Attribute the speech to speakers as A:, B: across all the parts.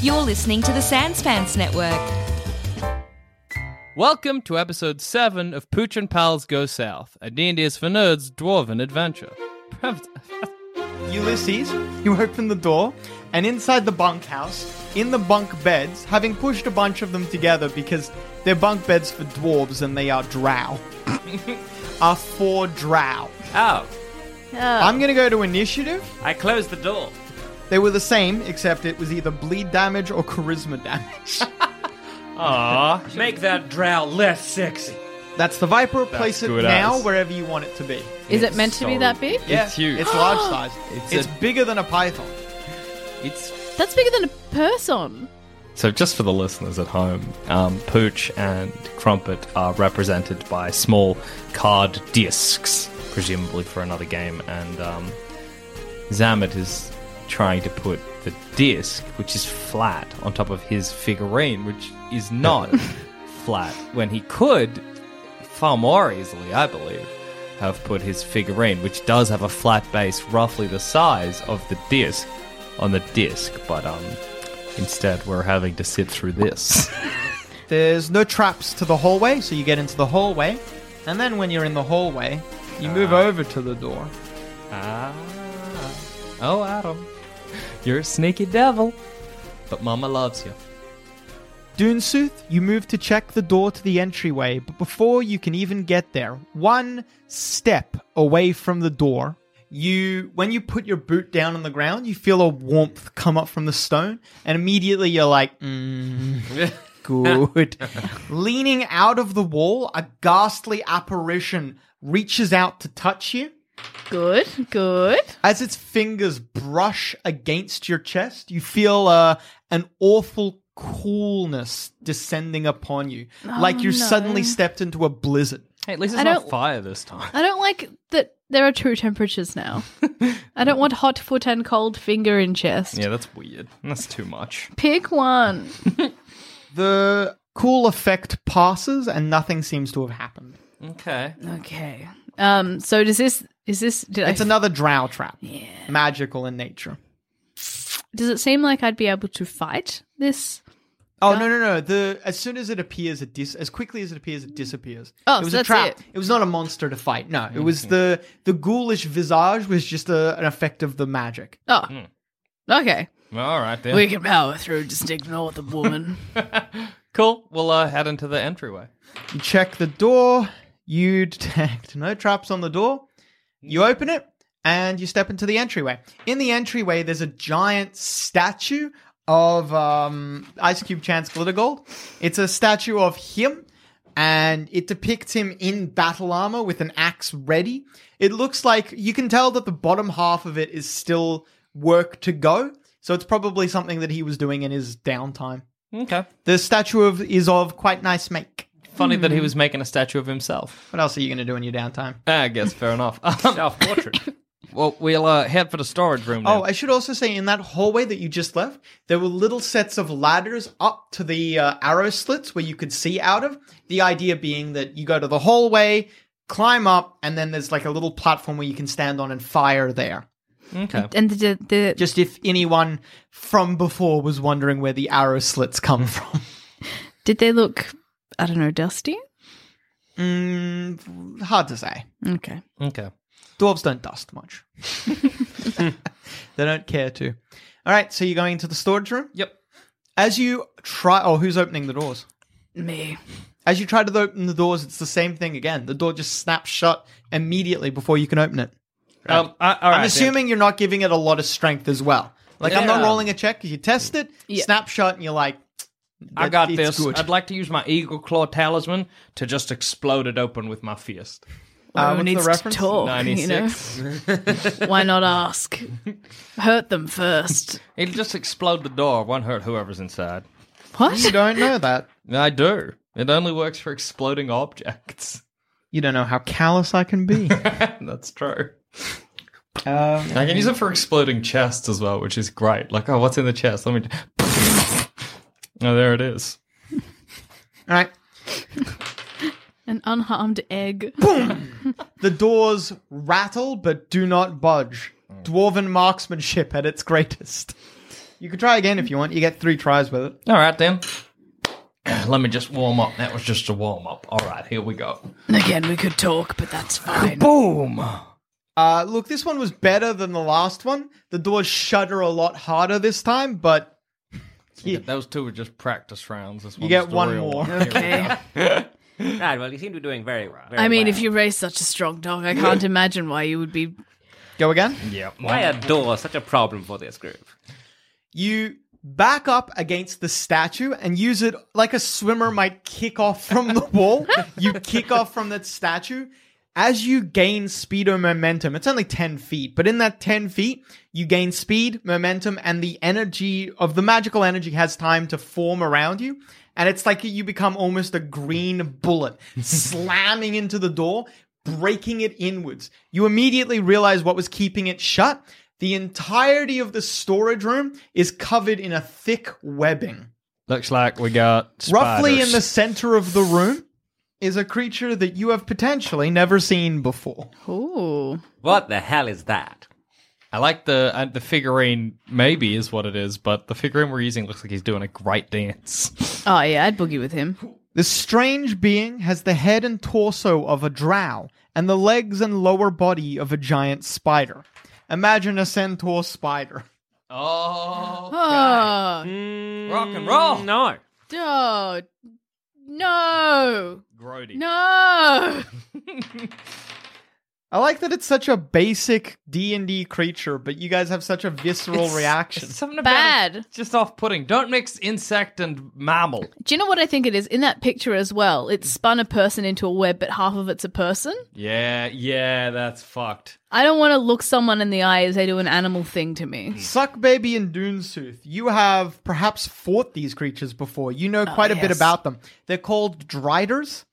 A: You're listening to the Sanspants Network.
B: Welcome to episode 7 of Pooch and Pals Go South, a D&D's for Nerds Dwarven Adventure.
C: Ulysses, you open the door, and inside the bunkhouse, in the bunk beds, having pushed a bunch of them together because they're bunk beds for dwarves and they are drow, are four drow.
D: Oh,
C: I'm gonna go to initiative.
D: I closed the door.
C: They were the same, except it was either bleed damage or charisma damage.
D: Aw. Make that drow less sexy.
C: That's the Viper, place it
B: good
C: now
B: eyes.
C: wherever you want it to be.
E: Is
B: It's
E: it meant to be
B: so-
E: that big?
C: Yeah,
B: It's huge.
C: It's large size.
B: It's
C: It's,
B: a-
C: bigger than a python.
B: It's
E: That's bigger than a person.
B: so just for the listeners at home, um, Pooch and Crumpet are represented by small card discs, presumably for another game, and um, Zamet is trying to put the disc, which is flat, on top of his figurine, which is not flat, when he could, far more easily, I believe, have put his figurine, which does have a flat base roughly the size of the disc, on the disc, but um, instead we're having to sit through this.
C: There's no traps to the hallway, so you get into the hallway, and then when you're in the hallway, you move over to the door.
B: ah. Oh, Adam. You're a sneaky devil. But Mama loves you.
C: Doonsooth, you move to check the door to the entryway, but before you can even get there, one step away from the door, you when you put your boot down on the ground, you feel a warmth come up from the stone, and immediately you're like, mm, good. Leaning out of the wall, a ghastly apparition reaches out to touch you.
E: Good, good.
C: As its fingers brush against your chest, you feel uh, an awful coolness descending upon you, like you
E: Oh, no.
C: suddenly stepped into a blizzard.
B: Hey, at least
E: I
B: it's not
E: don't-
B: fire this time.
E: I don't like that there are two temperatures now. I don't want hot foot and cold finger in chest.
B: Yeah, that's weird. That's too much.
E: Pick one.
C: The cool effect passes, and nothing seems to have happened.
B: Okay.
E: Okay. Um. So does this? Is this? Did
C: It's
E: I?
C: another drow trap, magical in nature.
E: does it seem like I'd be able to fight this?
C: Oh no no no! The as soon as it appears, it dis as quickly as it appears, it disappears. it
E: Oh, so
C: was a
E: that's
C: trap.
E: it.
C: was not a monster to fight. No, it was the the ghoulish visage was just a, an effect of the magic.
E: Oh.
C: Hmm.
E: Okay.
B: All right then.
E: We can power through. Just ignore the woman.
B: Cool. We'll uh, head into the entryway.
C: You check the door. You detect no traps on the door. You open it and you step into the entryway. In the entryway, there's a giant statue of um, Ice Cube Chance Glittergold. It's a statue of him, and it depicts him in battle armor with an axe ready. It looks like you can tell that the bottom half of it is still work to go. So it's probably something that he was doing in his downtime.
B: Okay.
C: The statue of is of quite nice make.
B: Funny that he was making a statue of himself.
C: What else are you going to do in your downtime?
B: Ah, I guess fair enough. Um,
D: Self portrait.
B: well, we'll uh, head for the storage room now.
C: Oh, I should also say in that hallway that you just left, there were little sets of ladders up to the uh, arrow slits where you could see out of. The idea being that you go to the hallway, climb up, and then there's like a little platform where you can stand on and fire there.
B: okay.
E: and the the
C: Just if anyone from before was wondering where the arrow slits come from.
E: did they look? I don't know. Dusty.
C: Mm, hard to say.
E: Okay.
B: Okay.
C: Dwarves don't dust much. they don't care to. All right, so you're going into the storage room.
B: Yep.
C: As you try, oh, who's opening the doors?
E: Me.
C: As you try to open the doors, it's the same thing again. The door just snaps shut immediately before you can open it.
B: Um, I, all right,
C: I'm assuming you're not giving it a lot of strength as well. Like I'm not
B: Yeah.
C: rolling a check because you test it,
E: Yeah.
C: snap shut, and you're like,
B: I got
C: it's
B: this.
C: good.
B: I'd like to use my eagle claw talisman to just explode it open with my fist.
C: Uh, what's
E: Who
C: the
E: needs
C: reference?
E: to talk? You know?
B: 96.
E: Why not ask? Hurt them first.
B: It'll just explode the door. Won't hurt whoever's inside.
C: you
E: What?
C: don't know that.
B: I do. It only works for exploding objects.
C: You don't know how callous I can be.
B: That's true.
C: um,
B: I can use it for exploding chests as well, which is great. Like, oh, what's in the chest? Let me. Oh, there it is.
C: all right.
E: An unharmed egg.
C: The doors rattle but do not budge.
B: Mm.
C: Dwarven marksmanship at its greatest. You can try again if you want. You get three tries with it.
B: All right, then. Let me just warm up. That was just a warm up. All right, here we go.
E: Again, we could talk, but that's fine.
B: Boom.
C: Uh, look, this one was better than the last one. The doors shudder a lot harder this time, but
B: Those two were just practice rounds. This
C: you get one more.
E: Okay.
D: Right, Ah, well, you seem to be doing very well. very
E: I mean,
D: well.
E: if you raise such a strong dog, I can't imagine why you would be.
C: Go again.
B: Yeah.
D: Why are doors such a problem for this group?
C: you back up against the statue and use it like a swimmer might kick off from the wall. you kick off from that statue. As you gain speed or momentum, it's only 10 feet, but in that 10 feet, you gain speed, momentum, and the energy of the magical energy has time to form around you. And it's like you become almost a green bullet slamming into the door, breaking it inwards. You immediately realize what was keeping it shut. The entirety of the storage room is covered in a thick webbing.
B: Looks like we got
C: Roughly in the
B: spiders.
C: center of the room is a creature that you have potentially never seen before.
E: Ooh.
D: What the hell is that?
B: I like the uh, the figurine. Maybe is what it is, but the figurine we're using looks like he's doing a great dance.
E: Oh, yeah, I'd boogie with him.
C: The strange being has the head and torso of a drow and the legs and lower body of a giant spider. Imagine a centaur spider.
B: Oh,
E: Oh,
B: rock
C: Mm,
B: and roll,
D: No.
E: oh no.
B: Grody.
E: No.
C: I like that it's such a basic D&D creature, but you guys have such a visceral reaction.
B: It's something
E: Bad.
B: About it. It's just off-putting. Don't mix insect and mammal.
E: Do you know what I think it is? In that picture as well, it spun a person into a web, but half of it's a person.
B: Yeah, yeah, that's fucked.
E: I don't want to look someone in the eye as they do an animal thing to me.
C: Suck Baby and Doonsooth, you have perhaps fought these creatures before. You know quite a bit
E: yes.
C: about them. They're called Driders.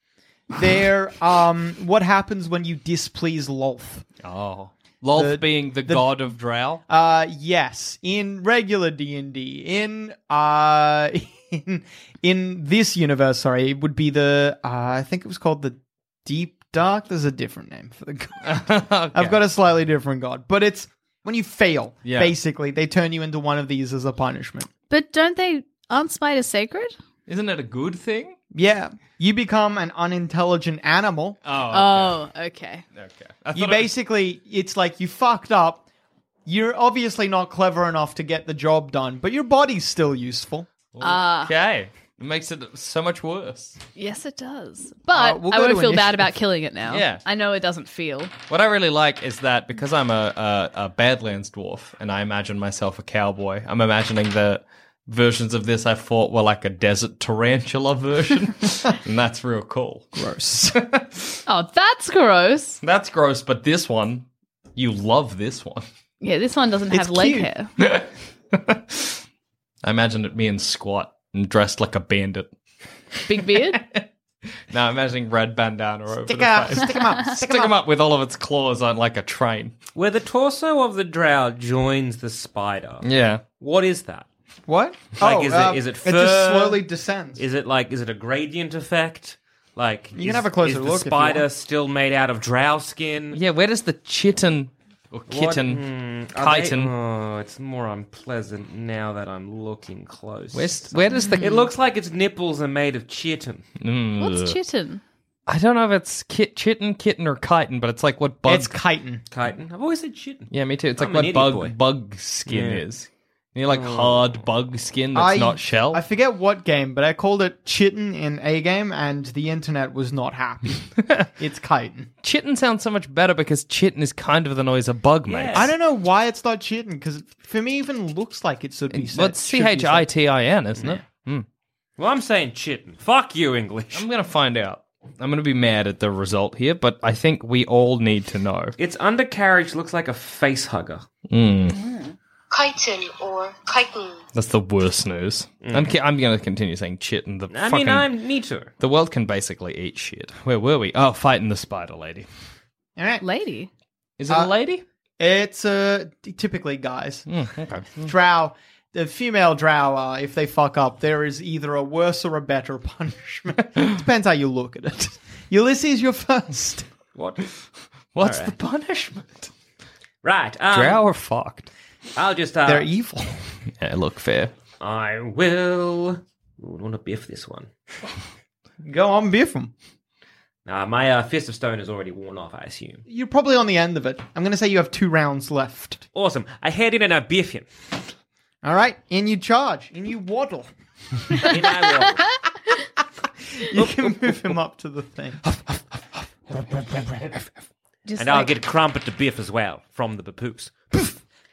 C: They're um, what happens when you displease Lolth.
B: Oh, Lolth
C: The-
B: being the, god of drow.
C: Uh, yes, in regular D and D, in uh, in, in this universe, sorry, it would be the uh, I think it was called the Deep Dark. There's a different name for the god. I've got a slightly different god, but it's when you fail.
B: Yeah.
C: Basically, they turn you into one of these as a punishment.
E: But don't they? Aren't spiders sacred?
B: Isn't it a good thing?
C: Yeah, you become an unintelligent animal.
B: Oh,
E: Oh, okay.
B: okay. I
C: you
B: thought it was-
C: basically, it's like you fucked up. You're obviously not clever enough to get the job done, but your body's still useful.
E: Uh.
B: okay. It makes it so much worse.
E: Yes, it does. But
C: Uh, we'll
E: I
C: go
E: won't
C: to
E: feel bad
C: initiative.
E: about killing it now.
B: Yeah.
E: I know it doesn't feel.
B: What I really like is that because I'm a, a, a Badlands dwarf and I imagine myself a cowboy, I'm imagining the versions of this I fought were like a desert tarantula version. and that's real cool. Gross.
E: Oh, that's gross.
B: that's gross, but this one, you love this one.
E: Yeah, this one doesn't have leg
C: cute.
E: hair.
B: I imagine it being squat and dressed like a bandit.
E: Big beard.
B: Now I'm imagining red bandana over
C: Stick
B: the
C: up,
B: face.
C: stick them up, stick
B: Stick
C: them
B: him
C: up.
B: up with all of its claws on like a train.
D: Where the torso of the drow joins the spider.
B: Yeah.
D: What is that?
C: What? Oh, um,
D: Like, is it- is it
C: It just
D: fur?
C: slowly descends.
D: Is it like is it a gradient effect? Like you
C: can have a closer
D: is
C: look if
D: The
C: you
D: spider
C: want.
D: still made out of drow skin.
B: Yeah, where does the chitin or
D: What-
B: kitten
D: Hmm, are they-
B: chitin
D: oh, it's more unpleasant now that I'm looking close.
B: Where's, where does the
D: It looks like its nipples are made of chitin.
E: What's chitin?
B: I don't know if it's kit, chitin, kitten, or chitin, but it's like what bug.
C: It's chitin.
D: Chitin. I've always said shit.
B: yeah, me too. It's like
D: I'm an
B: what
D: idiot
B: bug
D: boy.
B: bug skin
D: Yeah.
B: is. You know, like hard bug skin that's
C: Oh. I-
B: not shell.
C: I forget what game, but I called it chitin in a game, and the internet was not happy. it's chitin.
B: chitin sounds so much better because chitin is kind of the noise a bug makes.
C: I don't know why it's not chitin because for me, it even looks like it should be. said-
B: Well, it's
C: should
B: C
C: be
B: H
C: said.
B: I T I N, isn't it?
D: Well, I'm saying chitin. Fuck you, English.
B: I'm gonna find out. I'm gonna be mad at the result here, but I think we all need to know.
D: Its undercarriage looks like a face hugger.
F: chitin or chitin.
B: That's the worst news. I'm, ki- I'm gonna continue saying chit and the.
D: I
B: fucking-
D: mean, I'm me too.
B: The world can basically eat shit. Where were we? Oh, fighting the spider lady.
C: All right.
E: Lady.
B: Is it
C: Uh,
B: a lady?
C: It's uh, typically guys.
B: Mm, okay.
C: Drow, the female drow, uh, if they fuck up, there is either a worse or a better punishment. Depends how you look at it. Ulysses, you're first.
D: What?
B: What's the punishment?
D: Right. Um,
B: Drow are fucked.
D: I'll just. Uh,
C: They're evil.
B: Yeah, look fair.
D: I will. Ooh, I want to biff this one.
C: Go on, biff 'em.
D: Nah, my uh, fist of stone is already worn off. I assume.
C: You're probably on the end of it. I'm going to say you have two rounds left.
D: Awesome. I head in and I biff him.
C: All right, in you charge, in you waddle.
D: In I will.
C: You can move him up to the thing.
E: Just
D: and I'll get Crumpet to biff as well from the papooks.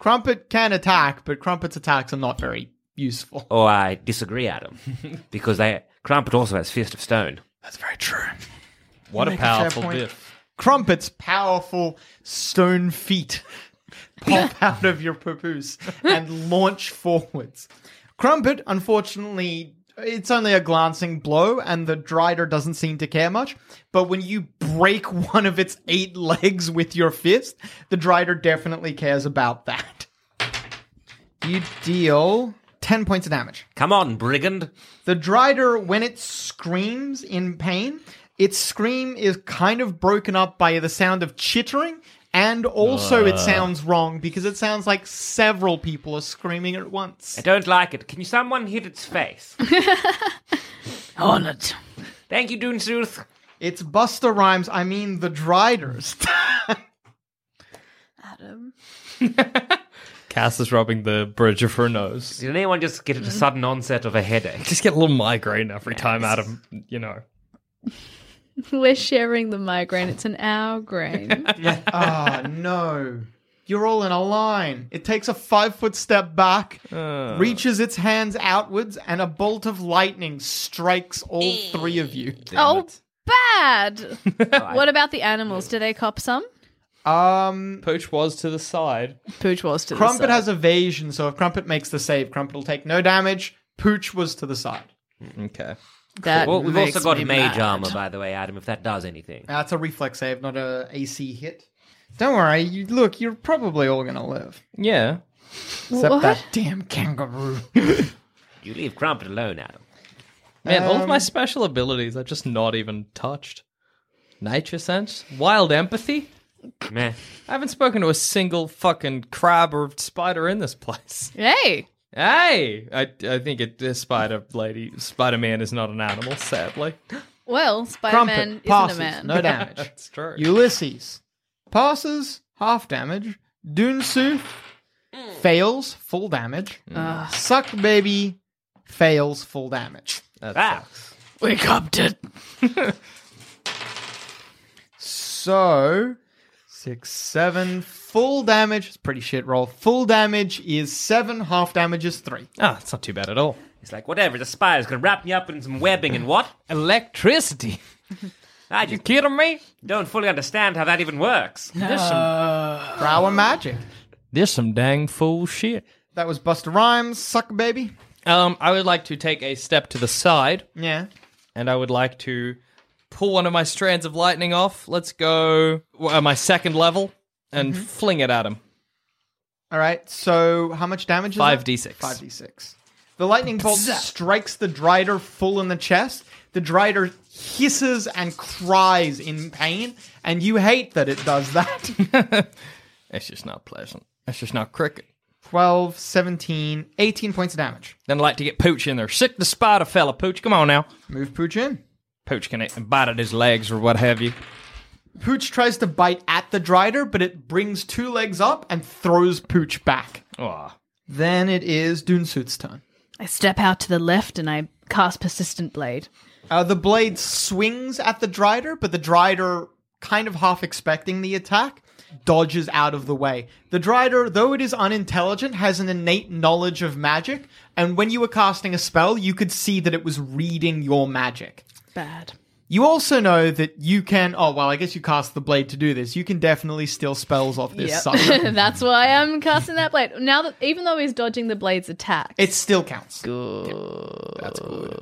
C: Crumpet can attack, but Crumpet's attacks are not very useful.
D: Or I disagree, Adam, because they Crumpet also has fist of stone.
C: That's very true.
B: What a
C: Make a fair
B: powerful
C: point.
B: biff.
C: Crumpet's powerful stone feet pop out of your papoose and launch forwards. Crumpet, unfortunately, it's only a glancing blow, and the Drider doesn't seem to care much. But when you break one of its eight legs with your fist, the Drider definitely cares about that. You deal 10 points of damage.
D: Come on, brigand.
C: The Drider, when it screams in pain, its scream is kind of broken up by the sound of chittering, and also it sounds wrong because it sounds like several people are screaming at once.
D: I don't like it. Can you someone hit its face?
E: on it.
D: Thank you, Dunsooth.
C: It's Buster Rhymes, I mean the Driders.
E: Adam.
B: Cass is rubbing the bridge of her nose.
D: Did anyone just get a sudden onset of a headache?
B: Just get a little migraine every time out of, you know.
E: We're sharing the migraine. It's an hour grain.
C: Ah, no. You're all in a line. It takes a five foot step back, reaches its hands outwards, and a bolt of lightning strikes all three of you.
E: oh, bad. what about the animals? Do they cop some?
C: Um,
B: Pooch was to the side.
E: Pooch was to the
C: Crumpet
E: side.
C: has evasion, so if Crumpet makes the save, Crumpet will take no damage. Pooch was to the side.
B: Okay.
E: that.
D: Well, we've
E: makes
D: also got
E: me
D: mage
E: mad.
D: armor, by the way, Adam. If that does anything,
C: That's a reflex save, not a AC hit. Don't worry. You, look, you're probably all gonna live,
B: Yeah.
C: except
E: What?
C: that damn kangaroo.
D: you leave Crumpet alone, Adam.
B: Man, all of my special abilities are just not even touched. Nature sense, wild empathy.
D: Meh.
B: I haven't spoken to a single fucking crab or spider in this place.
E: Hey,
B: Hey, I, I think it, this spider lady, Spider Man is not an animal, sadly.
E: well, Spider
C: Crumpet
E: Man isn't
C: passes,
E: a man.
C: no damage.
B: That's true.
C: Ulysses passes half damage. Dunsu
E: Mm.
C: fails full damage. Suck baby fails full damage.
B: That's
D: Ah,
E: We copped it.
C: So six, seven, full damage. It's a pretty shit roll. Full damage is seven. Half damage is three.
B: Ah, it's not too bad at all.
D: it's like whatever. The spider's gonna wrap me up in some webbing and what?
B: Electricity.
D: I just
B: Kidding me?
D: don't fully understand how that even works.
B: There's some,
C: Brower magic.
B: there's some dang fool shit.
C: That was Buster Rhymes. Suck baby.
B: Um, I would like to take a step to the side,
C: Yeah.
B: and I would like to pull one of my strands of lightning off. Let's go uh, my second level and fling it at him.
C: All right. So how much damage is
B: Five
C: that?
B: d6.
C: 5d6. The lightning bolt strikes the Drider full in the chest. The Drider hisses and cries in pain, and you hate that it does that.
B: It's just not pleasant. It's just not cricket.
C: 12, 17, 18 points of damage.
B: Then I'd like to get Pooch in there. Sick the spider fella, Pooch. Come on now.
C: Move Pooch in.
B: Pooch can eat- bite at his legs or what have you.
C: Pooch tries to bite at the Drider, but it brings two legs up and throws Pooch back.
B: Aw.
C: Then it is Dunsuit's turn.
E: I step out to the left and I cast Persistent Blade.
C: Uh, the blade swings at the Drider, but the Drider, kind of half expecting the attack, dodges out of the way. The Drider, though it is unintelligent, has an innate knowledge of magic, and when you were casting a spell, you could see that it was reading your magic.
E: Bad.
C: You also know that you can. Oh, well, I guess you cast the blade to do this. You can definitely steal spells off this sucker.
E: That's why I'm casting that blade. Now that even though he's dodging the blade's attack,
C: It still counts. Good. That's good.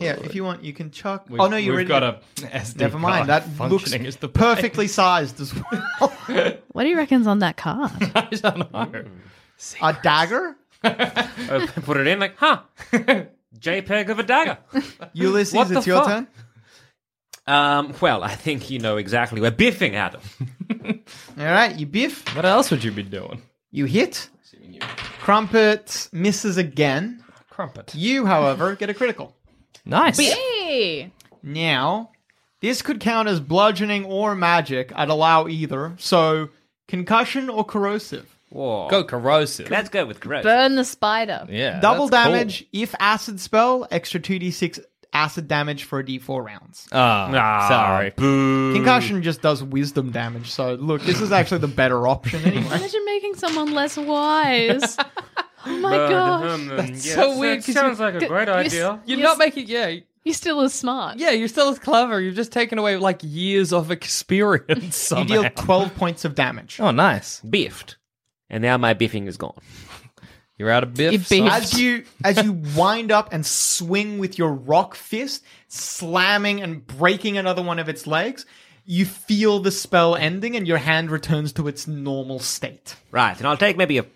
C: Yeah, if you want, you can chuck. oh no, you
B: We've
C: already
B: got a SD
C: Never mind.
B: card
C: That looks
B: functioning as the
C: perfectly sized as well.
E: what do you reckon's on that card?
B: I don't know.
C: a dagger.
D: I Oh, put it in like, huh? JPEG of a dagger.
C: Ulysses,
D: What the
C: it's your
D: fuck?
C: turn.
D: Um, well, I think you know exactly. We're biffing at him.
C: All right, you biff.
B: What else would you be doing?
C: You hit. Crumpet misses again.
B: Crumpet.
C: You, however, get a critical.
B: Nice.
E: Hey,
C: Now, this could count as bludgeoning or magic. I'd allow either. So, concussion or corrosive.
D: Whoa.
B: Go corrosive.
D: Let's go with gross.
E: burn the spider.
B: yeah.
C: Double
B: that's cool.
C: damage if acid spell, extra 2d6 acid damage for a d4 rounds.
B: Ah, sorry.
C: Concussion just does wisdom damage, so look, this is actually the better option anyway.
E: Imagine making someone less wise. oh my gosh.
D: yeah,
G: so weird. 'cause
D: sounds
G: you-
D: like a
G: c-
D: great
G: you're s-
D: idea.
G: You're
E: Yes.
G: not making, yeah,
E: You still are smart.
G: yeah. You're still as clever. You've just taken away like years of experience.
C: You
G: Somehow.
C: deal 12 points of damage.
B: Oh, nice.
D: Biffed. And now my biffing is gone.
B: You're out of biff.
G: You
B: son.
G: biffed.
C: As you as you wind up and swing with your rock fist, slamming and breaking another one of its legs, you feel the spell ending and your hand returns to its normal state.
D: Right, and I'll take maybe a.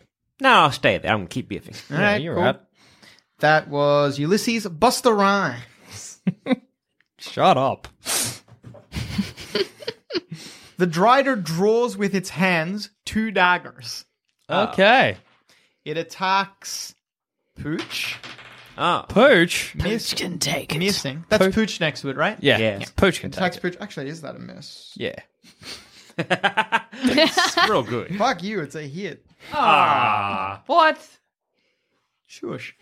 D: No, I'll stay there. I'm gonna keep biffing.
C: All
B: Yeah,
C: right,
B: you're
C: cool.
B: right.
C: That was Ulysses Buster Rhyme.
B: Shut up.
C: The Drider draws with its hands two daggers. Ah.
G: okay,
C: It attacks Pooch.
D: Oh,
G: pooch.
C: Miss,
E: Can take it.
C: missing. That's Pooch. next to it, right?
G: Yeah,
D: Yeah.
G: pooch can take
C: Attacks
G: it.
C: Pooch. Actually, is that a miss?
G: Yeah,
D: it's real good.
C: Fuck you, it's a hit.
G: what?
C: Shush.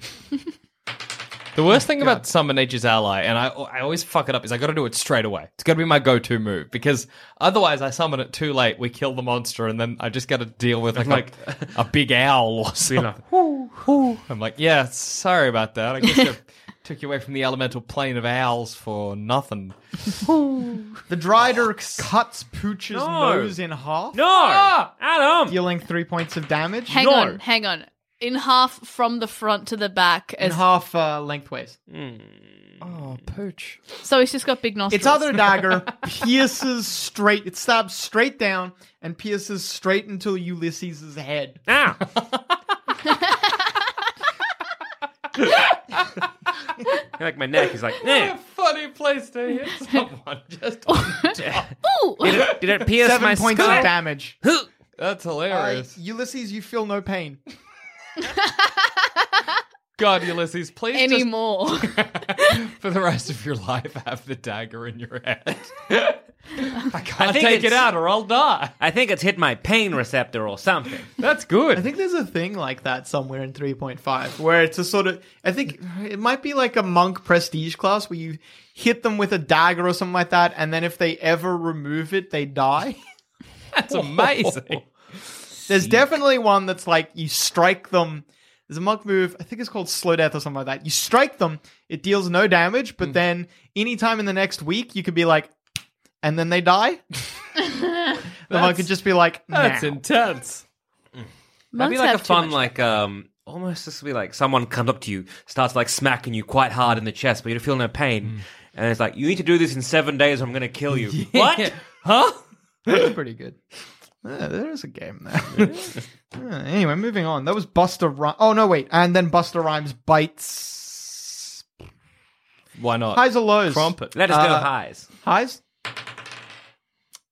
B: The worst thing about summon each's ally, and I, I always fuck it up, is I got to do it straight away. It's got to be my go-to move because otherwise I summon it too late. We kill the monster, and then I just got to deal with like, like a big owl or something. Whoo, whoo. I'm like, yeah, sorry about that. I guess I took you away from the elemental plane of owls for nothing.
C: The Drider cuts Pooch's
D: No.
C: nose in half,
D: No, Adam.
C: dealing three points of damage.
E: Hang
C: No.
E: on, hang on. In half from the front to the back.
C: In
E: As,
C: half uh, lengthways.
B: Oh, pooch.
E: so he's just got big nostrils.
C: Its other dagger pierces straight. It stabs straight down and pierces straight into Ulysses' head.
D: Ah, like my neck is like. Eh.
B: Funny place to hit someone. Just
E: Ooh!
D: Did it, did it pierce
C: Seven
D: my
C: points
D: skull?
C: of damage.
B: that's
C: Uh,
B: hilarious.
C: Ulysses, you feel no pain.
B: God, Ulysses, please just
E: Anymore.
B: for the rest of your life have the dagger in your head. I
D: I
B: can't
D: think
B: take it
D: it's-
B: out or I'll die.
D: I think it's hit my pain receptor or something.
B: That's good.
C: I think there's a thing like that somewhere in 3.5 where it's a sort of. I think it might be like a monk prestige class where you hit them with a dagger or something like that, and then if they ever remove it, they die.
B: That's amazing.
C: There's definitely one that's like you strike them. There's a monk move, I think it's called Slow Death or something like that. You strike them, it deals no damage,
B: Hmm.
C: but then anytime in the next week, you could be like, and then they die. the monk could just be like,
B: That's
C: "Nah."
B: intense.
D: That'd
E: Monks
D: be like a
E: have too
D: fun,
E: much-
D: like um, almost just be like someone comes up to you, starts like smacking you quite hard in the chest, but you feel no pain,
C: Mm.
D: and it's like you need to do this in seven days, or I'm gonna kill you. What?
B: Huh?
C: That's pretty good. Yeah, there is a game there. Yeah, anyway, moving on. That was Buster Rhymes. Oh, no, wait. And then Buster Rhymes bites.
B: Why not?
C: Highs or lows?
B: Crumpet.
D: Let us go
C: Uh,
D: highs.
C: Highs?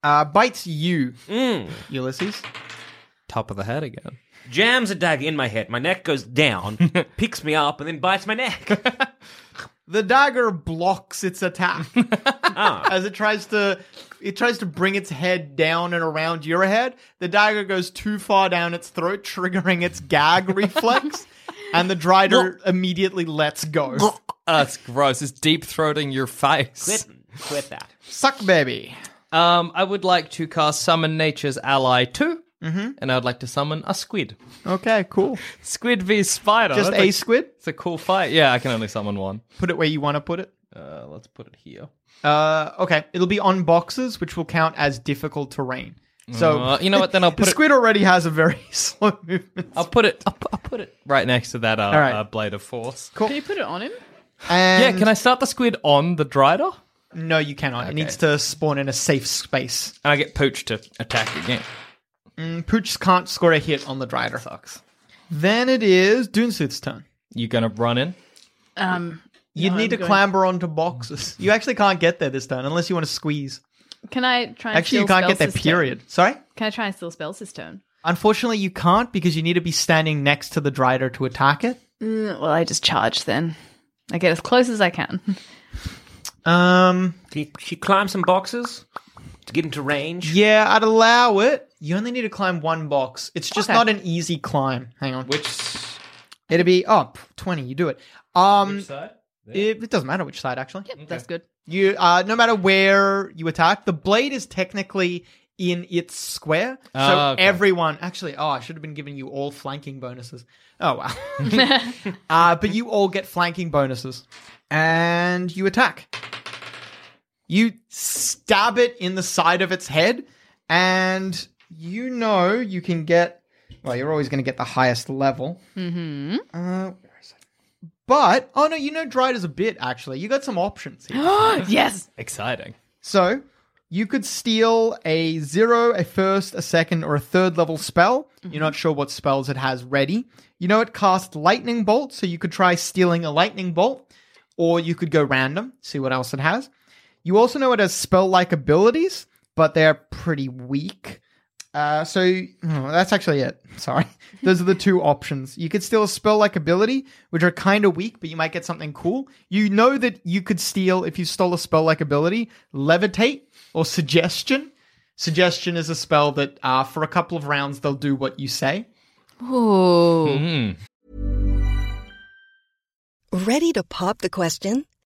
C: Uh, bites you,
D: Mm.
C: Ulysses.
B: Top of the head again.
D: Jams a dagger in my head. My neck goes down, picks me up, and then bites my neck.
C: The dagger blocks its attack
D: Ah,
C: as it tries to it tries to bring its head down and around your head. The dagger goes too far down its throat, triggering its gag reflex, and the drider immediately lets go.
G: That's gross. It's deep throating your face.
D: Quit that.
C: Suck baby.
G: Um, I would like to cast Summon Nature's Ally 2, mm-hmm. and I would like to summon a squid.
C: Okay, cool.
G: Squid v Spider.
C: Just
G: That's
C: a squid.
G: It's a cool fight. Yeah, I can only summon one.
C: Put it where you want to put it.
G: Uh, let's put it here.
C: Uh, okay, it'll be on boxes, which will count as difficult terrain. So
G: Uh, you know what? Then I'll
C: the
G: put it.
C: squid already has a very slow movement,
G: I'll put it. I'll, pu- I'll put it right next to that uh,
C: right.
G: uh, blade of force.
E: Can you put it on him?
C: and
G: Yeah, can I start the squid on the drider?
C: No, you cannot. It needs to spawn in a safe space.
G: And I get Pooch to attack again.
C: And Pooch can't score a hit on the Drider.
G: Sucks.
C: Then it is Doonsooth's turn.
G: You gonna run in?
E: Um,
C: You'd
E: No,
C: need
E: I'm
C: to
E: going-
C: clamber onto boxes. You actually can't get there this turn unless you want to squeeze.
E: can I try? And
C: Actually, you
E: steal
C: can't get there,
E: spells this turn?
C: period. Sorry?
E: Can I try and steal spells this turn?
C: Unfortunately, you can't because you need to be standing next to the Drider to attack it.
E: Mm, well, I just charge then. I get as close as I can.
C: Um,
D: Can you, she climb some boxes to get into range?
C: yeah, I'd allow it. You only need to climb one box. It's just
E: Okay.
C: not an easy climb. Hang on.
G: Which
C: It'll be up 20. You do it. Um,
G: side?
C: it, it doesn't matter which side, actually.
E: That's good.
C: You uh, no matter where you attack, the blade is technically in its square. So
G: Ah, okay.
C: everyone actually oh, I should have been giving you all flanking bonuses. Oh wow. uh, but you all get flanking bonuses. And you attack. You stab it in the side of its head, and you know you can get well, you're always gonna get the highest level. Mm-hmm. Uh where is it? But oh no, you know Dryder's a bit actually. You got some options here.
E: yes.
G: Exciting.
C: So you could steal a zero, a first, a second, or a third level spell. You're not sure what spells it has ready. You know it casts lightning bolt, so you could try stealing a lightning bolt, or you could go random, see what else it has. You also know it has spell like abilities, but they're pretty weak. Uh, so oh, that's actually it. Sorry, those are the two options. You could steal a spell like ability, which are kind of weak, but you might get something cool. You know that you could steal if you stole a spell like ability, levitate or suggestion. Suggestion is a spell that, uh, for a couple of rounds, they'll do what you say.
B: Hmm?
E: Ooh.
G: Mm.
H: Ready to pop the question?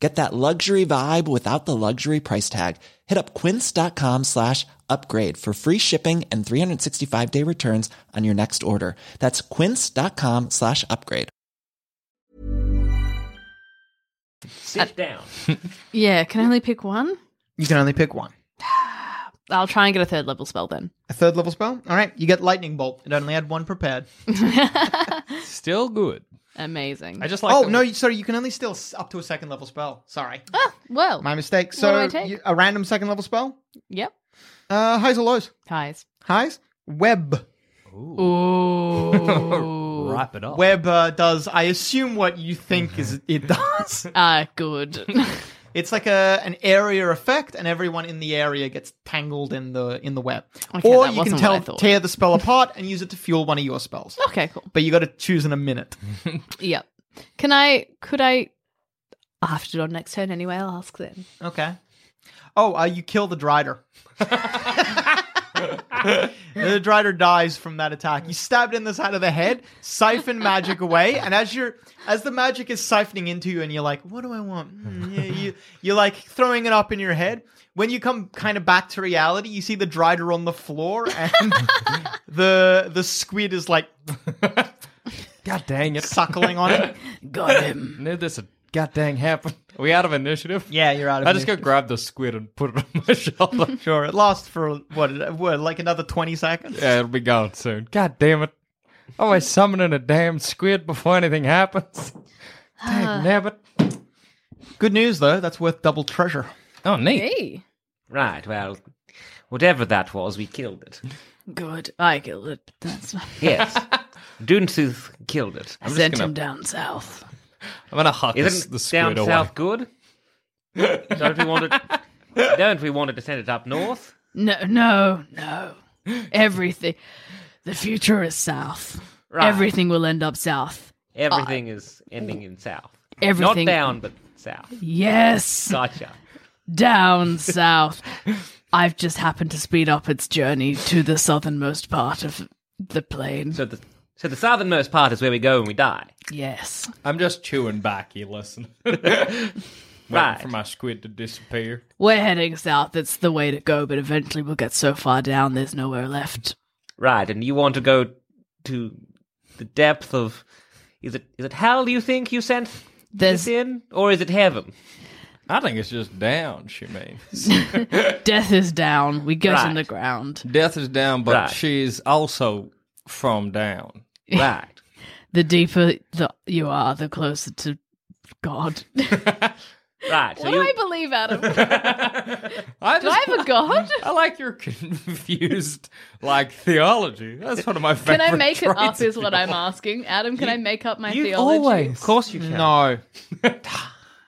I: Get that luxury vibe without the luxury price tag. Hit up quince.com slash upgrade for free shipping and 365 day returns on your next order. That's quince.com slash upgrade.
D: Sit down.
E: Yeah. Can I only pick one?
C: You can only pick one.
E: I'll try and get a third level spell then.
C: A third level spell? All right, you get lightning bolt. It only had one prepared.
G: Still good.
E: Amazing.
G: I just like.
C: Oh
G: that-
C: no, you- sorry, you can only steal s- up to a second level spell. Sorry,
E: Ah, well.
C: my mistake.
E: What
C: So
E: do I take?
C: you- a random second level spell?
E: yep.
C: Uh, highs or lows?
E: Highs.
C: Highs. Web.
E: Ooh.
B: Wrap it up.
C: Web uh, does, I assume, what you think is it does.
E: Ah, good.
C: It's like a an area effect, and everyone in the area gets tangled in the in the web.
J: Okay,
C: or
J: that
C: you can
J: wasn't what I
C: tell
J: thought.
C: tear the spell apart and use it to fuel one of your spells.
E: Okay, cool.
C: But you got to choose in a minute.
E: Yep. Can I? Could I? I'll have to do it on next turn anyway. I'll ask then.
C: Okay. Oh, uh, you kill the Drider. the Drider dies from that attack. You stabbed in the side of the head, siphon magic away, and as you're as the magic is siphoning into you, and you're like, "What do I want?" Hmm, yeah, you you're like throwing it up in your head. When you come kind of back to reality, you see the Drider on the floor, and the the squid is like
G: God dang it.
C: Suckling on it.
G: Got him. Knew this would god dang happen. Are we out of initiative?
C: Yeah, you're out of
G: I just go
C: initiative.
G: grab the squid and put it on my shoulder.
C: sure, it lasts for what, what like another twenty seconds.
G: Yeah, it'll be gone soon. God damn it. Always summoning a damn squid before anything happens. Dang nabbit.
C: Good news though, that's worth double treasure.
G: Oh,
E: Hey.
D: Right, well, whatever that was, we killed it.
E: Good. I killed it. That's
D: Yes. Doontooth killed it.
E: I sent him down south.
G: I'm gonna huck
D: Isn't
G: this- the
D: down
G: squid away.
D: south good? don't we want it? Don't we want it to send it up north?
E: No, no, no. Everything. The future is south.
D: Right.
E: Everything will end up south.
D: Everything is ending in south.
E: Everything-
D: not down, but south.
E: Yes.
D: Gotcha.
E: Down south. I've just happened to speed up its journey to the southernmost part of the plane.
D: So the so the southernmost part is where we go when we die.
E: Yes.
G: I'm just chewing back, you listen. Waiting
E: Right.
G: for my squid to disappear.
E: We're heading south. It's the way to go, but eventually we'll get so far down there's nowhere left.
D: Right, and you want to go to the depth of is it is it hell you think you sent this
E: There's-
D: in? Or is it heaven?
G: I think it's just down, she means.
E: Death is down. We get in
G: Right.
E: the ground.
G: Death is down, but
E: Right.
G: she's also from down.
D: Right.
E: The deeper the, you are, the closer to God.
D: Right.
E: What do I believe, Adam? Do I have a god?
G: I like your confused like theology. That's one of my favorite.
E: Can I make it up?
G: traits
E: Is
G: of
E: what
G: you.
E: I'm asking, Adam. Can I make up my
G: you
E: theology?
G: always-
D: Of course you can.
C: No.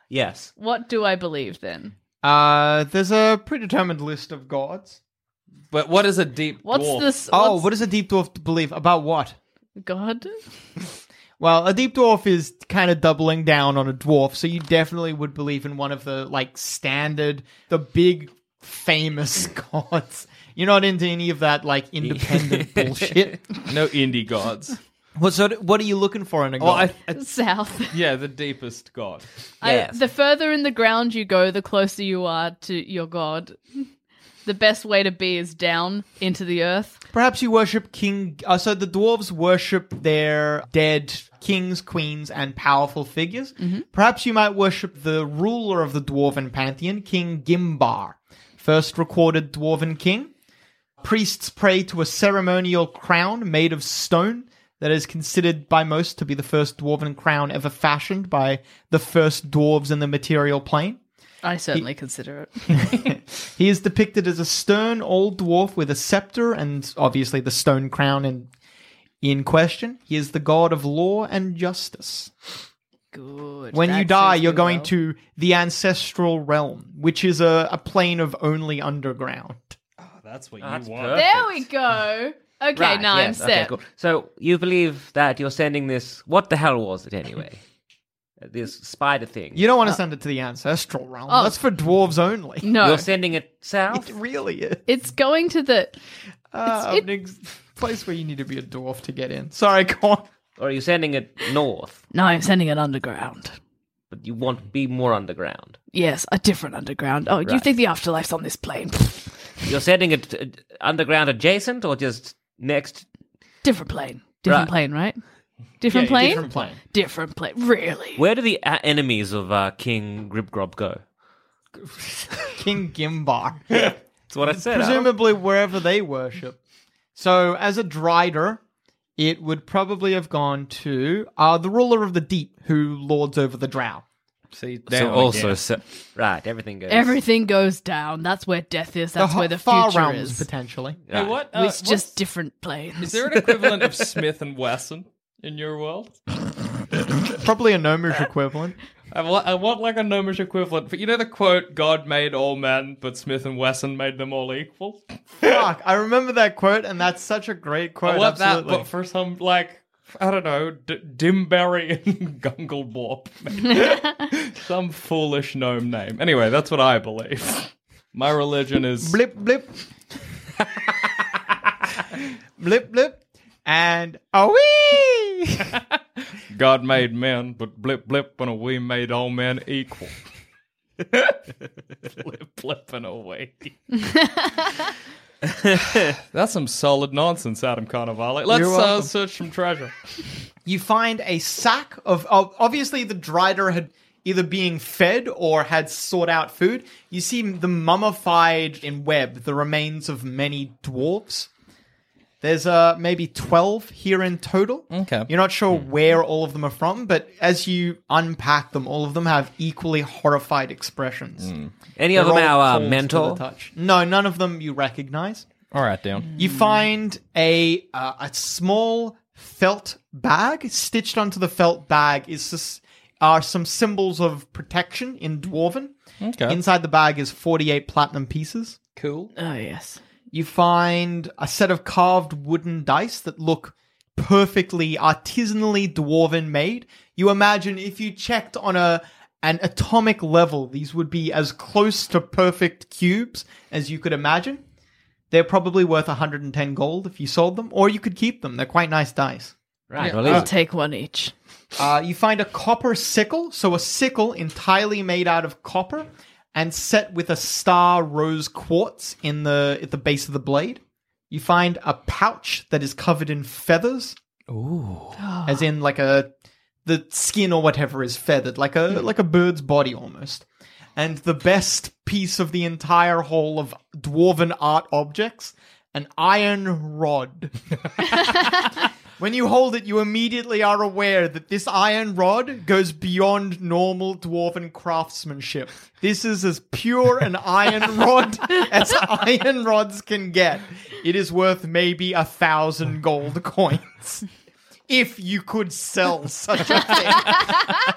D: yes.
E: What do I believe then?
C: Uh, there's a predetermined list of gods.
G: But what is a deep
E: What's dwarf? this-
C: Oh,
E: what's-
C: what does a deep dwarf believe about what?
E: God.
C: Well, a deep dwarf is kind of doubling down on a dwarf, so you definitely would believe in one of the like standard, the big famous gods. You're not into any of that like independent bullshit.
G: No indie gods.
C: What so? What are you looking for in a god?
G: Well, I, I,
E: South.
G: yeah, the deepest god.
E: I- the further in the ground you go, the closer you are to your God. The best way to be is down into the earth.
C: Perhaps you worship king. Uh, so the dwarves worship their dead kings, queens, and powerful figures. Perhaps you might worship the ruler of the dwarven pantheon, King Gimbar, first recorded dwarven king. Priests pray to a ceremonial crown made of stone that is considered by most to be the first dwarven crown ever fashioned by the first dwarves in the material plane.
E: I certainly consider it.
C: He is depicted as a stern old dwarf with a scepter and obviously the stone crown in, in question. He is the god of law and justice.
E: Good.
C: When you
E: that
C: die,
E: suits
C: you're
E: me
C: going
E: well.
C: to the ancestral realm, which is a, a plane of only underground.
G: That's what
D: you want.
E: There we go. Okay,
D: Right,
E: now
D: yes,
E: I'm
D: okay,
E: set.
D: cool. So you believe that you're sending this? What the hell was it anyway? this spider thing.
C: You don't want to send it to the ancestral realm.
E: Uh, Oh.
C: That's for dwarves only.
E: No.
D: You're sending it south.
C: It really is.
E: It's going to the.
C: Uh,
E: it-
C: an ex- place where you need to be a dwarf to get in. Sorry, go on.
D: Or are you sending it north?
E: No, I'm sending it underground.
D: But you want to be more underground.
E: Yes, a different underground. Oh, you
D: Right.
E: think the afterlife's on this plane?
D: You're sending it uh, underground adjacent or just next?
E: Different plane. Different
D: Right.
E: plane, right? Different
D: Yeah,
E: plane?
D: different plane.
E: Different plane. Really?
D: Where do the uh, enemies of uh, King Gribgrob go?
C: King Gimbar.
D: That's what I said. Alan.
C: Presumably wherever they worship. So as a drider, it would probably have gone to uh, the ruler of the deep, who lords over the drow.
G: See,
D: So also se- right, everything goes.
E: Everything goes down. That's where death is. That's
C: ho-
E: where the
C: far
E: future
C: realms
E: is. Oh,
C: potentially.
G: Hey, what? uh,
E: it's
G: what's-
E: just different planes.
G: Is there an equivalent of Smith and Wesson in your world?
C: Probably a gnomish equivalent.
G: I wa- I want like a gnomish equivalent. But you know the quote, God made all men, but Smith and Wesson made them all equal?
C: Fuck, I remember that quote, and that's such a great quote.
G: I want
C: absolutely.
G: that, but for some, like, I don't know, D- Dimberry and Gunglebop. maybe. some foolish gnome name. Anyway, that's what I believe. My religion is.
C: blip blip blip blip and awee
G: God made men, but blip blip and we made all men equal. blip blip and away. That's some solid nonsense, Adam Carnivale. Let's
C: You're
G: uh,
C: welcome.
G: search some treasure.
C: you find a sack of, of obviously the drider had either being fed or had sought out food you see the mummified in web the remains of many dwarves there's uh maybe 12 here in total
G: Okay.
C: you're not sure where all of them are from but as you unpack them all of them have equally horrified expressions
D: Any
C: They're
D: of them
C: all
D: our uh,
C: cold to the
D: mentor?
C: touch. no none of them you recognize
G: All right, down.
C: you find a uh, a small felt bag. Stitched onto the felt bag is this, are some symbols of protection in dwarven.
G: Okay.
C: Inside the bag is forty eight platinum pieces.
G: Cool.
E: Oh yes.
C: You find a set of carved wooden dice that look perfectly artisanally dwarven made. You imagine if you checked on a an atomic level, these would be as close to perfect cubes as you could imagine. They're probably worth 110 gold if you sold them, or you could keep them. They're quite nice dice.
D: Right,
E: I'll
D: well, is it?
E: take one each.
C: Uh, you find a copper sickle, so a sickle entirely made out of copper, and set with a star rose quartz in the at the base of the blade. You find a pouch that is covered in feathers. Ooh, as in like a the skin or whatever is feathered, like a like a bird's body almost. And the best piece of the entire haul of dwarven art objects, an iron rod. When you hold it, you immediately are aware that this iron rod goes beyond normal dwarven craftsmanship. This is as pure an iron rod as iron rods can get. It is worth maybe a thousand gold coins. If you could sell such a thing.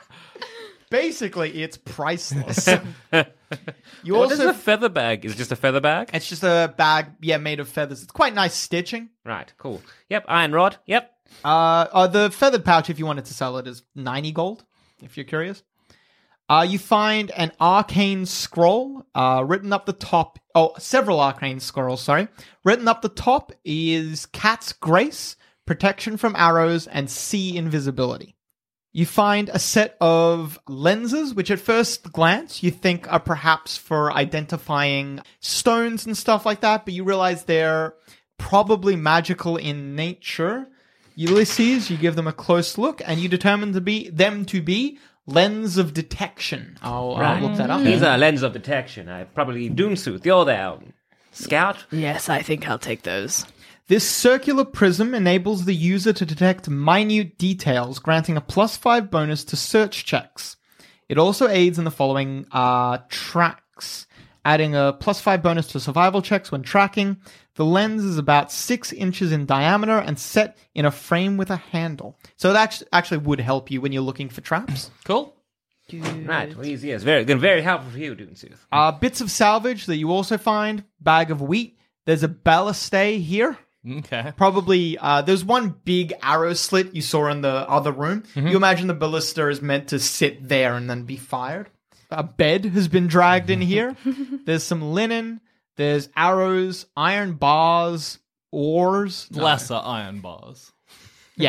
C: Basically, it's priceless. You
D: What is
C: also.
D: a feather bag? Is it just a feather bag?
C: it's just a bag, yeah, made of feathers. It's quite nice stitching.
D: Right, cool. Yep, iron rod. Yep.
C: Uh, uh, the feathered pouch, if you wanted to sell it, is 90 gold, if you're curious. Uh, you find an arcane scroll uh, written up the top. Oh, several arcane scrolls, sorry. Written up the top is Cat's Grace, Protection from Arrows, and Sea Invisibility. You find a set of lenses, which at first glance you think are perhaps for identifying stones and stuff like that, but you realize they're probably magical in nature. Ulysses, you give them a close look, and you determine to be them to be lens of detection. Oh, I'll, I'll look that up.
D: These are lens of detection. I probably Doomsooth. You're there. Scout.
E: Yes, I think I'll take those.
C: This circular prism enables the user to detect minute details, granting a plus five bonus to search checks. It also aids in the following uh, tracks, adding a plus five bonus to survival checks when tracking. The lens is about six inches in diameter and set in a frame with a handle. So that act- actually would help you when you're looking for traps.
G: Cool.
D: Right. Well, he's, yes, very good. Very helpful for you, Doomsooth.
C: Uh, bits of salvage that you also find, bag of wheat. There's a ballastay here.
G: Okay.
C: probably uh, there's one big arrow slit you saw in the other room.
G: Mm-hmm.
C: You imagine the ballista is meant to sit there and then be fired. A bed has been dragged in here. there's some linen. There's arrows, iron bars, oars. No.
G: Lesser iron bars.
C: Yeah.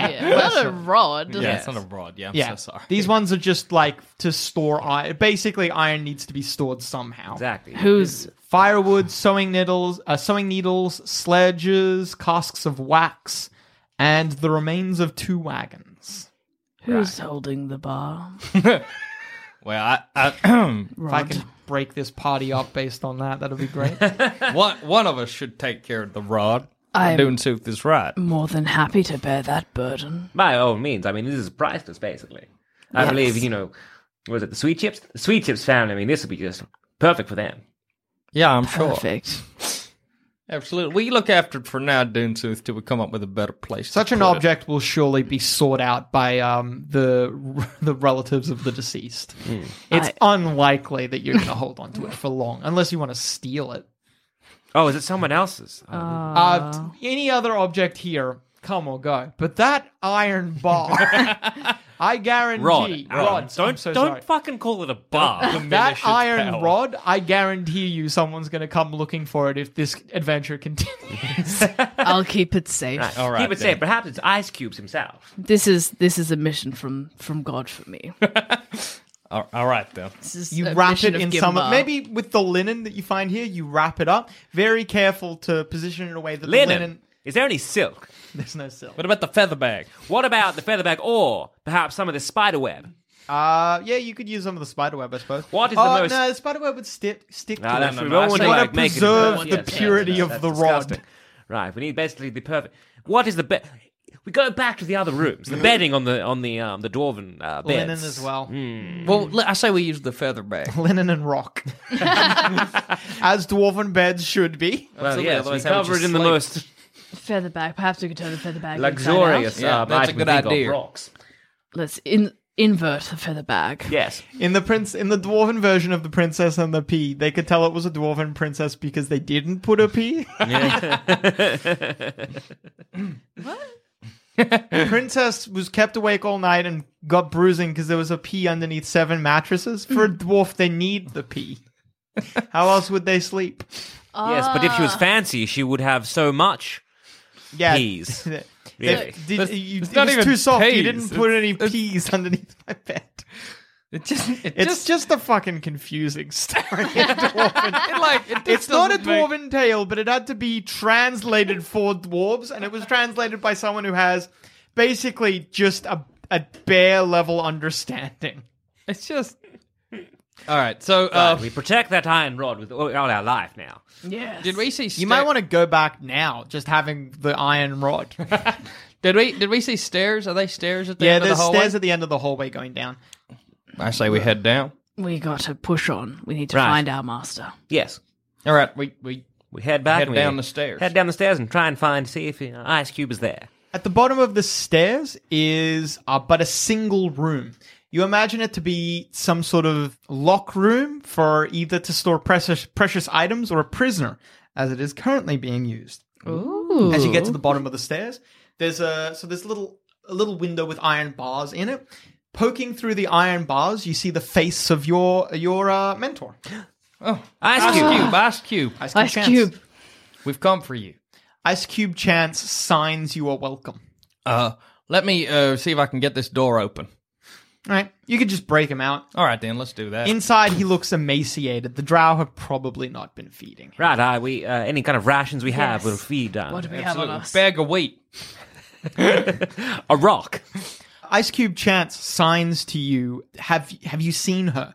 E: Yeah, not a rod.
G: Yeah, it's not a rod. Yeah, I'm
C: Yeah.
G: so sorry.
C: These ones are just like to store iron. Basically, iron needs to be stored somehow.
D: Exactly.
E: Who's
C: firewood, sewing needles, uh, sewing needles, sledges, casks of wax, and the remains of two wagons.
E: who's holding the bar?
G: Well, I, I,
C: If I can break this party up based on that, that'll be great.
G: one, one of us should take care of the rod.
E: I'm-
G: Doontooth is right.
E: More than happy to bear that burden.
D: By all means. I mean, this is priceless, basically. I
E: Yes.
D: believe, you know, was it the Sweet Chips? The Sweet Chips family. I mean, this would be just perfect for them.
G: Yeah, I'm sure.
E: Perfect.
B: Absolutely. We look after it for now, Doontooth, till we come up with a better place. to
C: Such an
B: put it.
C: object will surely be sought out by um, the the relatives of the deceased.
D: Hmm.
C: It's unlikely that you're going to hold on to it for long, unless you want to steal it.
D: Oh, is it someone else's? Um,
C: Uh, t- any other object here, come or go. But that iron bar, I guarantee.
D: Rod, Rod.
C: I'm
D: Don't
C: so
D: don't
C: sorry.
D: fucking call it a bar.
C: that
D: Diminish its
C: iron
D: power.
C: rod, I guarantee you someone's going to come looking for it if this adventure continues.
E: I'll keep it safe.
B: All right.
D: Keep it safe. Perhaps it's Ice Cubes himself.
E: This is this is a mission from from God for me.
B: All all right, then.
E: This is
C: you
E: a
C: wrap
E: mission
C: it
E: of
C: in some,
E: Gimbar.
C: maybe with the linen that you find here, you wrap it up. Very careful to position it in a way that
D: Linen.
C: the linen,
D: Is there any silk?
C: there's no silk.
B: What about the feather bag?
D: What about the feather bag or perhaps some of the spider web?
C: Uh, yeah, you could use some of the spider web, I suppose.
D: What is the
C: oh,
D: most-
C: No, the spider web would stick stick
D: Ah,
C: to
D: that's
C: it.
D: what
C: You
D: we all want to,
C: want
D: like,
C: to
D: make it
C: preserve
D: good.
C: the
D: Yes, yes,
C: purity
D: yes,
C: of
D: that's
C: the
D: disgusting.
C: rod.
D: Right, we need basically the perfect. What is the bed? We go back to the other rooms.
B: Mm.
D: The bedding on the on the um the dwarven uh, beds.
C: Linen as well.
D: Hmm.
B: Well,
C: Mm.
B: let- I say we use the feather bag.
C: Linen and rock, as dwarven beds should be.
D: Well,
B: Absolutely,
D: yes, we
B: otherwise how would
D: cover
B: you
D: it in the
B: sleep?
D: most
E: feather bag. Perhaps we could turn the feather bag inside out.
D: luxurious.
B: Yeah,
D: uh,
B: that's a
D: I can
B: good
D: think of,
B: idea.
D: Rocks.
E: Let's in invert the feather bag.
D: Yes.
C: In the prince, in the dwarven version of the princess and the pea, they could tell it was a dwarven princess because they didn't put a pea. princess was kept awake all night and got bruising because there was a pea underneath seven mattresses. For a dwarf, they need the pea. How else would they sleep?
D: Yes, but if she
B: Ah.
D: was fancy, she would have so much.
C: Yeah,
D: Peas.
C: they-
D: Really.
C: did-
B: That's-
C: you-
B: that's
C: it
B: not
C: was
B: even
C: too soft. You
B: peas.
C: didn't
B: It's-
C: put any peas underneath my bed.
B: It just, it
C: It's
B: just,
C: just a fucking confusing story. Dwarven.
B: it like, it just
C: It's not a
B: doesn't make-
C: dwarven tale, but it had to be translated for dwarves, and it was translated by someone who has basically just a, a bare level understanding.
B: It's just. All right. So, uh,
D: we protect that iron rod with all all our life now.
E: Yes.
B: did we see? Sta-
C: You might want to go back now, just having the iron rod.
B: Did we? Did we see stairs? Are they stairs at the
C: yeah,
B: end of the
C: there's
B: hallway?
C: stairs at the end of the hallway going down.
B: I say we head down.
E: We got to push on. We need to
D: Right.
E: find our master.
D: Yes.
B: All right. We we
D: We head back
B: Head
D: and
B: down
D: we
B: the stairs.
D: Head down the stairs and try and find see if uh, Ice Cube is there.
C: At the bottom of the stairs is uh, but a single room. You imagine it to be some sort of lock room for either to store precious precious items or a prisoner, as it is currently being used.
E: Ooh.
C: As you get to the bottom of the stairs, there's a so there's a little a little window with iron bars in it. Poking through the iron bars, you see the face of your your uh, mentor.
D: Ice
B: ice
D: Cube.
B: cube. Ice cube.
E: Ice
C: Chance.
E: Cube.
B: We've come for you.
C: Ice Cube Chance signs you are welcome.
B: Uh, let me uh see if I can get this door open.
C: All right, you could just break him out.
B: All right, then let's do that.
C: Inside, he looks emaciated. The drow have probably not been feeding. him.
D: Right, uh, we uh, any kind of rations we have
E: Yes.
D: will feed uh,
E: What do we have on
B: Absolutely.
E: us?
B: Bag of wheat.
D: a rock.
C: Ice Cube Chance signs to you. Have Have you seen her?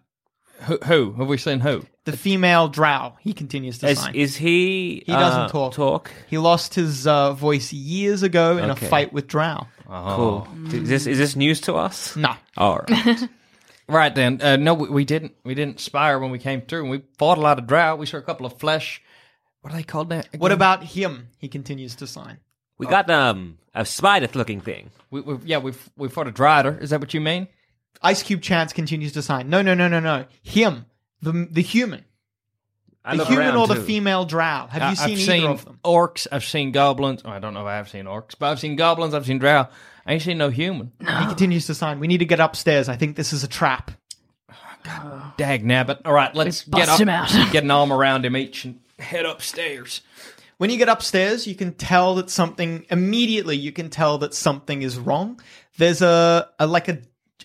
B: Who, who have we seen? Who?
C: The female drow. He continues to
D: Is,
C: sign.
D: is he?
C: he doesn't
D: uh,
C: talk.
D: Talk.
C: He lost his uh, voice years ago in
D: Okay.
C: a fight with drow.
D: Cool. Is this is this news to us?
C: No.
D: All right.
B: Right then. Uh, no, we, we didn't. We didn't spire when we came through. and We fought a lot of drought. We saw a couple of flesh. What are they called now? again?
C: What about him? He continues to sign.
D: we got um a spider looking thing.
B: We, we, yeah, we we fought a drider. Is that what you mean?
C: Ice Cube Chance continues to sign. No, no, no, no, no. Him, the the human,
D: I
C: the
D: look
C: human
D: around,
C: or the
D: too.
C: female drow. Have you
B: I-
C: seen
B: I've
C: either
B: seen
C: of them?
B: orcs. I've seen goblins. Oh, I don't know if I have seen orcs, but I've seen goblins. I've seen drow. I ain't seen no human.
C: He continues to sign. We need to get upstairs. I think this is a trap.
B: Dag nabbit. All right, let's
E: Bust
B: get up,
E: him out.
B: get an arm around him each and head upstairs.
C: When you get upstairs, you can tell that something immediately. You can tell that something is wrong. There's a, a like a,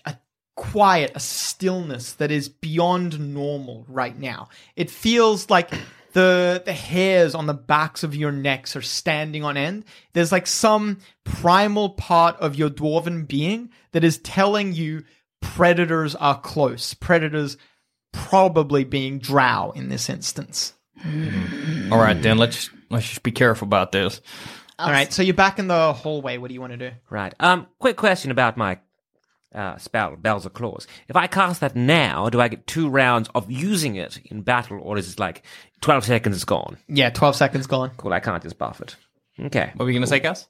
C: a quiet, a stillness that is beyond normal right now. It feels like the the hairs on the backs of your necks are standing on end. There's like some primal part of your dwarven being that is telling you predators are close. Predators probably being drow in this instance.
B: All right, then let's let's just be careful about this.
C: All right, so you're back in the hallway. What do you want to do?
D: Right. Um. Quick question about my uh, spell, Bells of Claws. If I cast that now, do I get two rounds of using it in battle, or is it like 12 seconds it's gone?
C: Yeah, 12 seconds gone.
D: Cool, I can't just buff it. Okay.
B: What were you going to say, Gus?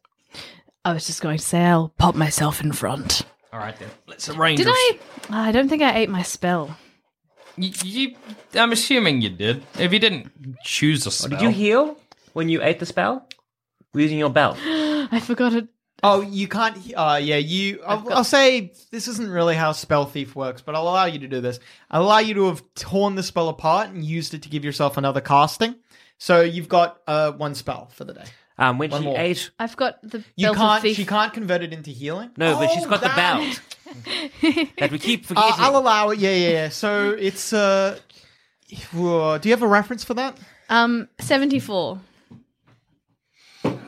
E: I was just going to say I'll pop myself in front.
B: All right, then. Let's arrange
E: Did
B: us-
E: I? I don't think I ate my spell.
B: Y- You, I'm assuming you did. If you didn't choose a spell.
D: Did you heal when you ate the spell? We're using your bell.
E: I forgot it.
C: Oh, you can't. he- Uh, yeah, you. I'll, I'll say this isn't really how spell thief works, but I'll allow you to do this. I'll allow you to have torn the spell apart and used it to give yourself another casting. So you've got uh, one spell for the day.
D: Um, when
C: One
D: she
C: more.
D: ate.
E: I've got the
C: You
E: belt
C: can't.
E: of thief.
C: She can't convert it into healing.
D: No, but she's
C: Oh,
D: got the
C: that-
D: belt that we keep forgetting.
C: Uh, I'll allow it. Yeah, yeah, yeah. So it's. Uh, whoa, do you have a reference for that?
E: Um, seventy-four.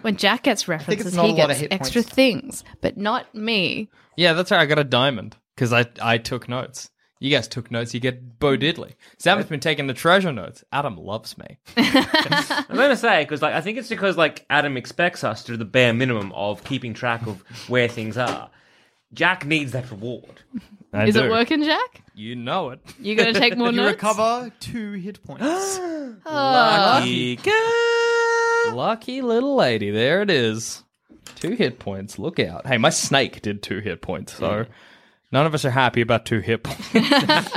E: When Jack gets references,
C: not a
E: he
C: lot of
E: gets
C: hit
E: extra
C: points.
E: things, but not me.
B: Yeah, that's right. I got a diamond because I, I took notes. You guys took notes. You get Bo Diddley. Sam's been taking the treasure notes. Adam loves me.
D: I'm gonna say because like I think it's because like Adam expects us to do the bare minimum of keeping track of where things are. Jack needs that reward.
E: Is it working, Jack?
B: You know it.
E: You gonna take more
C: you
E: notes?
C: recover two hit points.
B: Lucky, lucky little lady. There it is. Two hit points. Look out. Hey, my snake did two hit points. So none of us are happy about two hit points.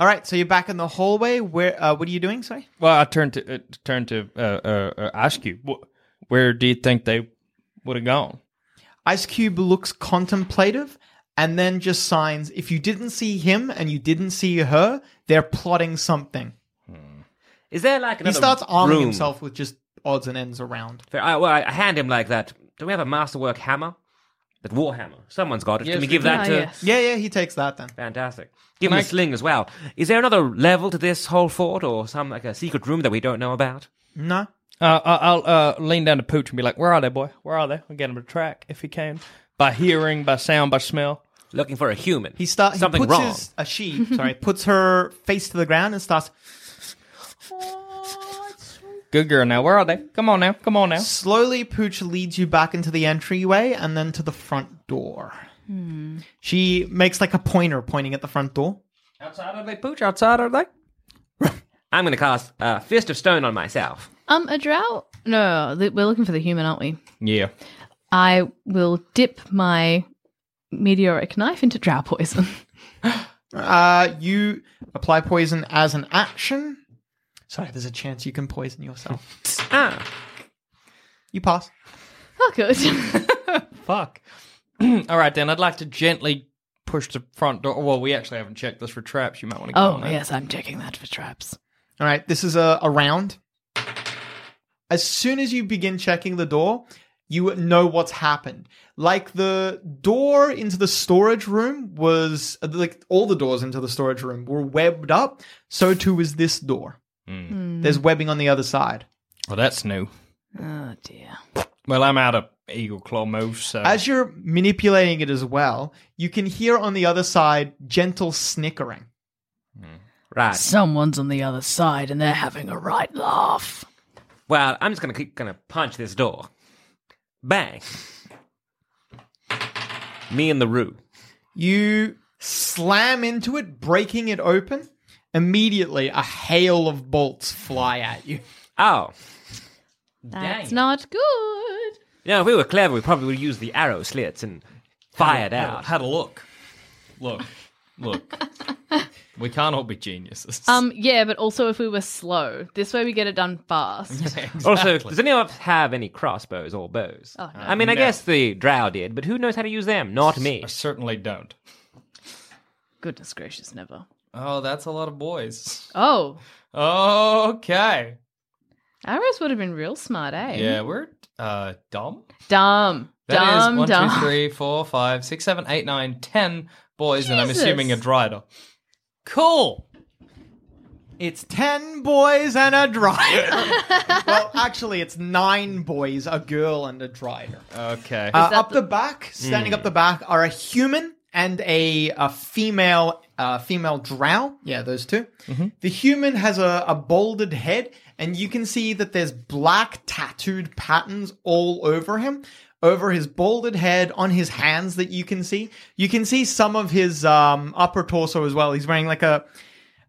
C: All right, so you're back in the hallway. Where? Uh, what are you doing? Sorry.
B: well, I turned to uh, turned to uh, uh, uh, ask you, wh- where do you think they would have gone?
C: Ice Cube looks contemplative and then just signs if you didn't see him and you didn't see her, they're plotting something.
D: Is there like another
C: he starts arming
D: room?
C: himself with just odds and ends around.
D: Fair- I, well, I hand him like that. Do we have a masterwork hammer? That warhammer. Someone's got it.
B: Yes,
D: Can we
B: we
D: give
B: do.
D: that
E: Ah,
D: to?
E: yes.
C: Yeah, yeah, he takes that then.
D: Fantastic. Give him a
B: Nice.
D: sling as well. Is there another level to this whole fort, or some like a secret room that we don't know about?
C: No.
B: Uh, I- I'll uh, lean down to Pooch and be like, "Where are they, boy? Where are they?" I'll get him to track if he can by hearing, by sound, by smell.
D: Looking for a human.
C: He starts
D: something
C: he puts
D: wrong.
C: His, a she, sorry, puts her face to the ground and starts
B: Good girl. Now, where are they? Come on now. Come on now.
C: slowly Pooch leads you back into the entryway and then to the front door. She makes like a pointer pointing at the front door.
B: Outside are they, Pooch? Outside are they?
D: I'm gonna cast uh, fist of stone on myself.
E: Um, a drow? No, th- we're looking for the human, aren't we?
B: Yeah.
E: I will dip my meteoric knife into drow poison.
C: Uh, you apply poison as an action. Sorry, there's a chance you can poison yourself.
D: Ah,
C: You pass.
E: oh, good.
B: Fuck. All right, then. I'd like to gently push the front door. Well, we actually haven't checked this for traps. You might want to.
E: oh,
B: on that.
E: yes, I'm checking that for traps.
C: All right, this is a, a round. As soon as you begin checking the door, you know what's happened. Like the door into the storage room was like all the doors into the storage room were webbed up. So too is this door. There's webbing on the other side.
B: Well, that's new.
E: Oh dear.
B: Well, I'm out of eagle claw moves. So.
C: As you're manipulating it as well, you can hear on the other side gentle snickering.
D: right.
E: Someone's on the other side, and they're having a right laugh.
D: Well, I'm just gonna keep gonna punch this door. Bang. Me and the Roo.
C: You slam into it, breaking it open. Immediately, a hail of bolts fly at you.
D: Oh.
E: That's not good.
D: Now, if we were clever, we probably would use the arrow slits and fired out.
B: had a look. Look. Look. we can't all be geniuses.
E: Um, yeah, but also if we were slow, this way we get it done fast.
D: Also, does anyone else have any crossbows or bows?
E: Oh, no.
D: I mean, I
B: No.
D: guess the drow did, but who knows how to use them? Not me.
B: I certainly don't.
E: Goodness gracious, never.
B: Oh, that's a lot of boys.
E: Oh,
B: Okay.
E: arrows would have been real smart, eh?
B: Yeah, we're uh dumb.
E: Dumb,
B: That is
E: dumb,
B: one, two,
E: dumb.
B: three, four, five, six, seven, eight, nine, ten boys, and I'm
E: Jesus.
B: assuming a drider. Cool.
C: It's ten boys and a driver. well, actually, it's nine boys, a girl, and a driver.
B: Okay.
C: Uh, up the back, standing up the back, are a human and a, a female uh, female drow. Yeah, those 2 The human has a, a bolded head, and you can see that there's black tattooed patterns all over him. over his balded head on his hands that you can see. You can see some of his um, upper torso as well. He's wearing like a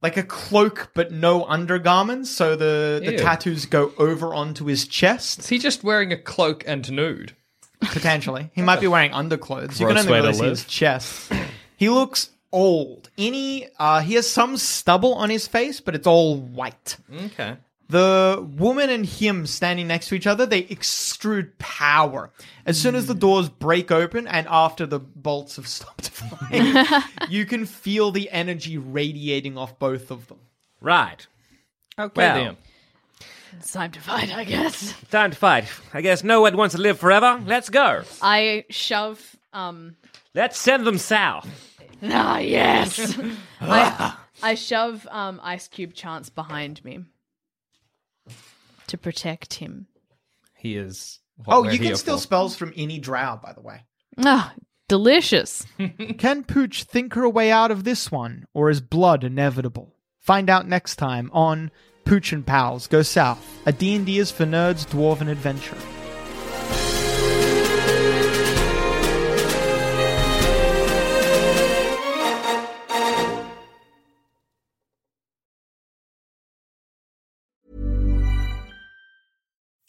C: like a cloak but no undergarments, so the, the
G: Ew.
C: tattoos go over onto his chest. Is
G: he just wearing a cloak and nude?
C: Potentially. He might be wearing underclothes. you can
G: Gross
C: only
G: way to
C: really see
G: live.
C: his chest. He looks old. Any uh he has some stubble on his face, but it's all white.
G: Okay.
C: The woman and him standing next to each other, they extrude power. As soon as the doors break open and after the bolts have stopped flying, you can feel the energy radiating off both of them.
D: Right.
G: Okay.
D: Well,
G: then.
E: It's time to fight, I guess.
D: Time to fight. I guess no one wants to live forever. Let's go.
E: I shove. Um.
D: Let's send them south.
E: Ah, yes. I, I shove um Ice Cube Chance behind me to protect him.
G: He is.
C: oh, you can steal spells from any drow, by the way.
E: Ah, delicious.
C: Can Pooch think her way out of this one, or is blood inevitable? Find out next time on Pooch and Pals Go South, a D&D is for nerds dwarven adventure.